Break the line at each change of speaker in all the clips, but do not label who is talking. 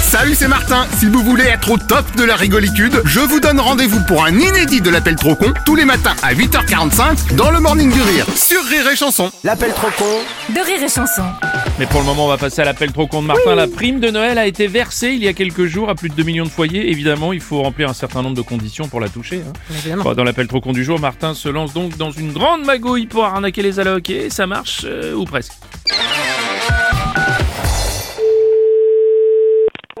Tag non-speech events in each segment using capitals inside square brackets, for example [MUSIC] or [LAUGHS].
Salut, c'est Martin. Si vous voulez être au top de la rigolitude, je vous donne rendez-vous pour un inédit de l'appel trop con tous les matins à 8h45 dans le Morning du Rire sur Rire et Chanson.
L'appel trop con
de rire et chanson.
Mais pour le moment, on va passer à l'appel trop con de Martin. La prime de Noël a été versée il y a quelques jours à plus de 2 millions de foyers. Évidemment, il faut remplir un certain nombre de conditions pour la toucher. hein. Bon, dans l'appel trop con du jour, Martin se lance donc dans une grande magouille pour arnaquer les allocs. Et ça marche, euh, ou presque.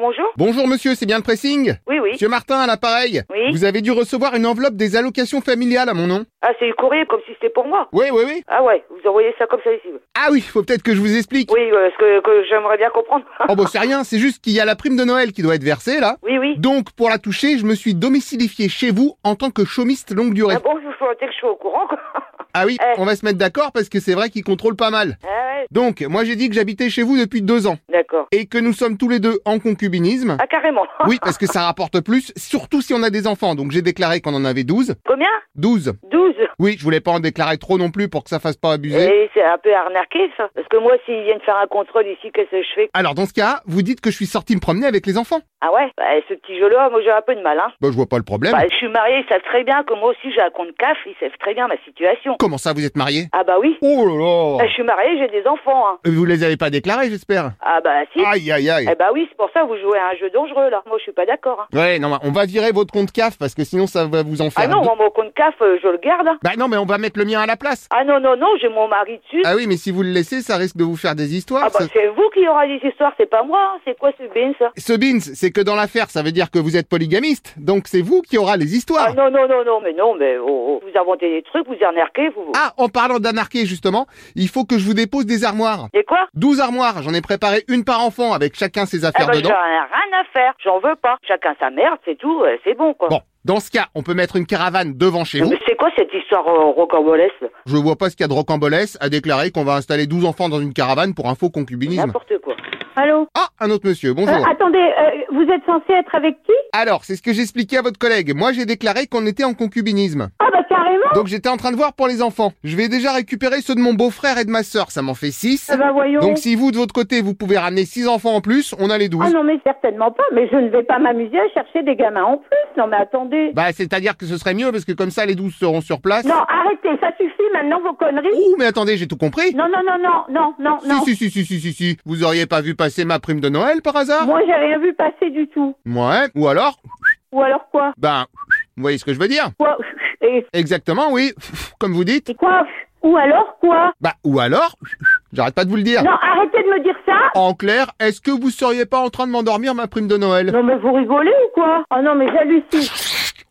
Bonjour.
Bonjour monsieur, c'est bien le pressing
Oui, oui.
Monsieur Martin à l'appareil.
Oui.
Vous avez dû recevoir une enveloppe des allocations familiales à mon nom.
Ah, c'est le courrier comme si c'était pour moi.
Oui, oui, oui.
Ah ouais, vous envoyez ça comme ça ici.
Ah oui, faut peut-être que je vous explique.
Oui, euh, ce que, que j'aimerais bien comprendre. [LAUGHS]
Oh bah c'est rien, c'est juste qu'il y a la prime de Noël qui doit être versée là.
oui, oui.
Donc pour la toucher, je me suis domicilifié chez vous en tant que chômiste longue durée.
Ah bon, vous souhaitez que je sois au courant, quoi. [LAUGHS]
Ah oui,
Eh.
on va se mettre d'accord parce que c'est vrai qu'il contrôle pas mal.
Ah ouais,
Donc moi j'ai dit que j'habitais chez vous depuis deux ans
d'accord.
et que nous sommes tous les deux en concubinisme.
Ah, carrément. [LAUGHS]
Oui, parce que ça rapporte plus, surtout si on a des enfants. Donc j'ai déclaré qu'on en avait 12.
Combien
12.
12.
Oui, je voulais pas en déclarer trop non plus pour que ça fasse pas abuser.
Et c'est un peu arnaqué, ça. Parce que moi, s'ils viennent faire un contrôle ici, qu'est-ce que je fais
Alors dans ce cas, vous dites que je suis sorti me promener avec les enfants.
Ah ouais bah, Ce petit jeu-là, moi, j'ai un peu de mal, hein.
Bah je vois pas le problème.
Bah, je suis mariée, ils savent très bien que moi aussi, j'ai un compte CAF, ils savent très bien ma situation.
Comment ça, vous êtes marié
Ah bah oui.
Oh là
Bah,
là Euh,
je suis mariée, j'ai des enfants, hein.
Vous les avez pas déclarés, j'espère
Ah bah si.
Aïe aïe aïe
Eh bah oui, c'est pour ça que vous jouez à un jeu dangereux, là. Moi, je suis pas d'accord, hein.
Ouais, non, on va virer votre compte CAF parce que sinon ça va vous en faire.
Ah non,
deux.
moi, mon compte CAF, euh, je le garde. hein.
Bah non, mais on va mettre le mien à la place.
Ah non, non, non, j'ai mon mari dessus. Ah,
Ah oui, mais si vous le laissez, ça risque de vous faire des histoires.
bah
ça-
c'est vous qui aura des histoires, c'est pas moi. hein. C'est quoi ce bin, ça
Ce beans, c'est que dans l'affaire, ça veut dire que vous êtes polygamiste, donc c'est vous qui aura les histoires.
Ah non, non, non, non, mais non, mais oh, oh. vous inventez des trucs, vous arnaquez, vous. vous-
Ah, en parlant d'anarchie, justement, il faut que je vous dépose des armoires.
Et quoi
12 armoires, j'en ai préparé une par enfant avec chacun ses
Eh
affaires
ben, j'en
dedans.
ai rien à faire, j'en veux pas. Chacun sa merde, c'est tout, euh, c'est bon, quoi.
Bon, dans ce cas, on peut mettre une caravane devant chez vous.
Mais c'est quoi cette histoire euh, rocambolesque là
Je vois pas ce qu'il y a de rocambolesque à déclarer qu'on va installer 12 enfants dans une caravane pour un faux concubinisme.
N'importe quoi.
Allô
Ah, un autre monsieur,
Euh,
bonjour.
Attendez, euh, vous êtes censé être avec qui
Alors, c'est ce que j'expliquais à votre collègue. Moi, j'ai déclaré qu'on était en concubinisme.
Ah bah carrément
Donc, j'étais en train de voir pour les enfants. Je vais déjà récupérer ceux de mon beau-frère et de ma sœur, ça m'en fait 6.
Ah bah voyons
Donc, si vous, de votre côté, vous pouvez ramener 6 enfants en plus, on a les 12.
Ah non mais certainement pas, mais je ne vais pas m'amuser à chercher des gamins en plus, non mais attendez
Bah, c'est-à-dire que ce serait mieux parce que comme ça, les 12 seront sur place.
Non, arrêtez, ça suffit maintenant vos conneries
Ouh, mais attendez, j'ai tout compris.
Non, non, non, non, non, non, non
Si, si, si, si, si, si, si. Vous auriez pas vu passer ma prime de Noël par hasard
Moi j'ai rien vu passer du tout
Ouais. Ou alors,
Ou alors quoi
ben, vous voyez ce que je veux dire
Quoi Et
Exactement, oui. [LAUGHS] Comme vous dites.
et quoi Ou alors quoi
Bah, ou alors, [LAUGHS] j'arrête pas de vous le dire.
Non, arrêtez de me dire ça
En clair, est-ce que vous seriez pas en train de m'endormir ma prime de Noël
Non mais vous rigolez ou quoi Oh non mais j'hallucine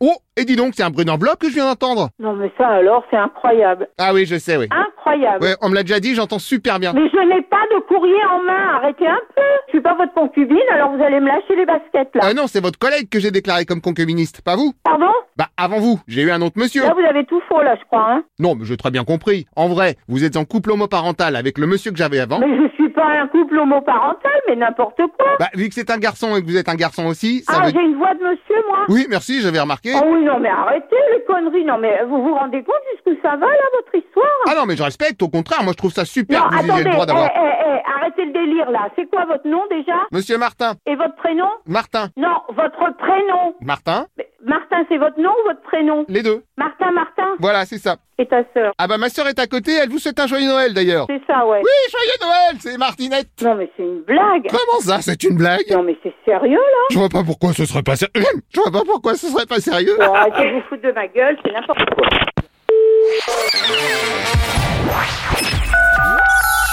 Oh, et dis donc, c'est un bruit d'enveloppe que je viens d'entendre.
Non mais ça alors, c'est incroyable
Ah oui, je sais, oui.
Incroyable
Ouais, on me l'a déjà dit, j'entends super bien.
Mais je n'ai pas de courrier en main, arrêtez un peu. Je suis pas votre concubine, alors vous allez me lâcher les baskets là.
Ah non, c'est votre collègue que j'ai déclaré comme concubiniste, pas vous
Pardon
Bah, avant vous, j'ai eu un autre monsieur.
Là vous avez tout faux là, je crois. Hein
Non, mais j'ai très bien compris. En vrai, vous êtes en couple homoparental avec le monsieur que j'avais avant.
mais je suis pas un couple homoparental, mais n'importe quoi.
Bah, vu que c'est un garçon et que vous êtes un garçon aussi, ça
Ah,
veut...
j'ai une voix de monsieur moi.
Oui, merci, j'avais remarqué.
Oh oui, non mais arrêtez les conneries, non mais vous vous rendez compte jusqu'où ça va là votre histoire
Ah non, mais je respecte, au contraire, moi je trouve ça super
Non,
que Ah, vous ayez
attendez,
le droit d'avoir...
eh, eh, eh, arrêtez le délire là. C'est quoi votre nom déjà
Monsieur Martin,
Et votre prénom
Martin,
Non, votre prénom.
Martin,
Mais Martin, c'est votre nom ou votre prénom
les deux.
Martin, Martin
Voilà, c'est ça.
et ta sœur.
Ah bah ma sœur est à côté, elle vous souhaite un joyeux Noël d'ailleurs.
C'est ça, ouais.
Oui, joyeux Noël, c'est Martinette.
Non mais c'est une blague.
Comment ça, c'est une blague
Non mais c'est sérieux là
Je vois pas pourquoi ce serait pas sérieux. [CLEARS THROAT] Je vois pas pourquoi ce serait pas sérieux.
Bon, Arrêtez de vous foutre de ma gueule, c'est n'importe quoi.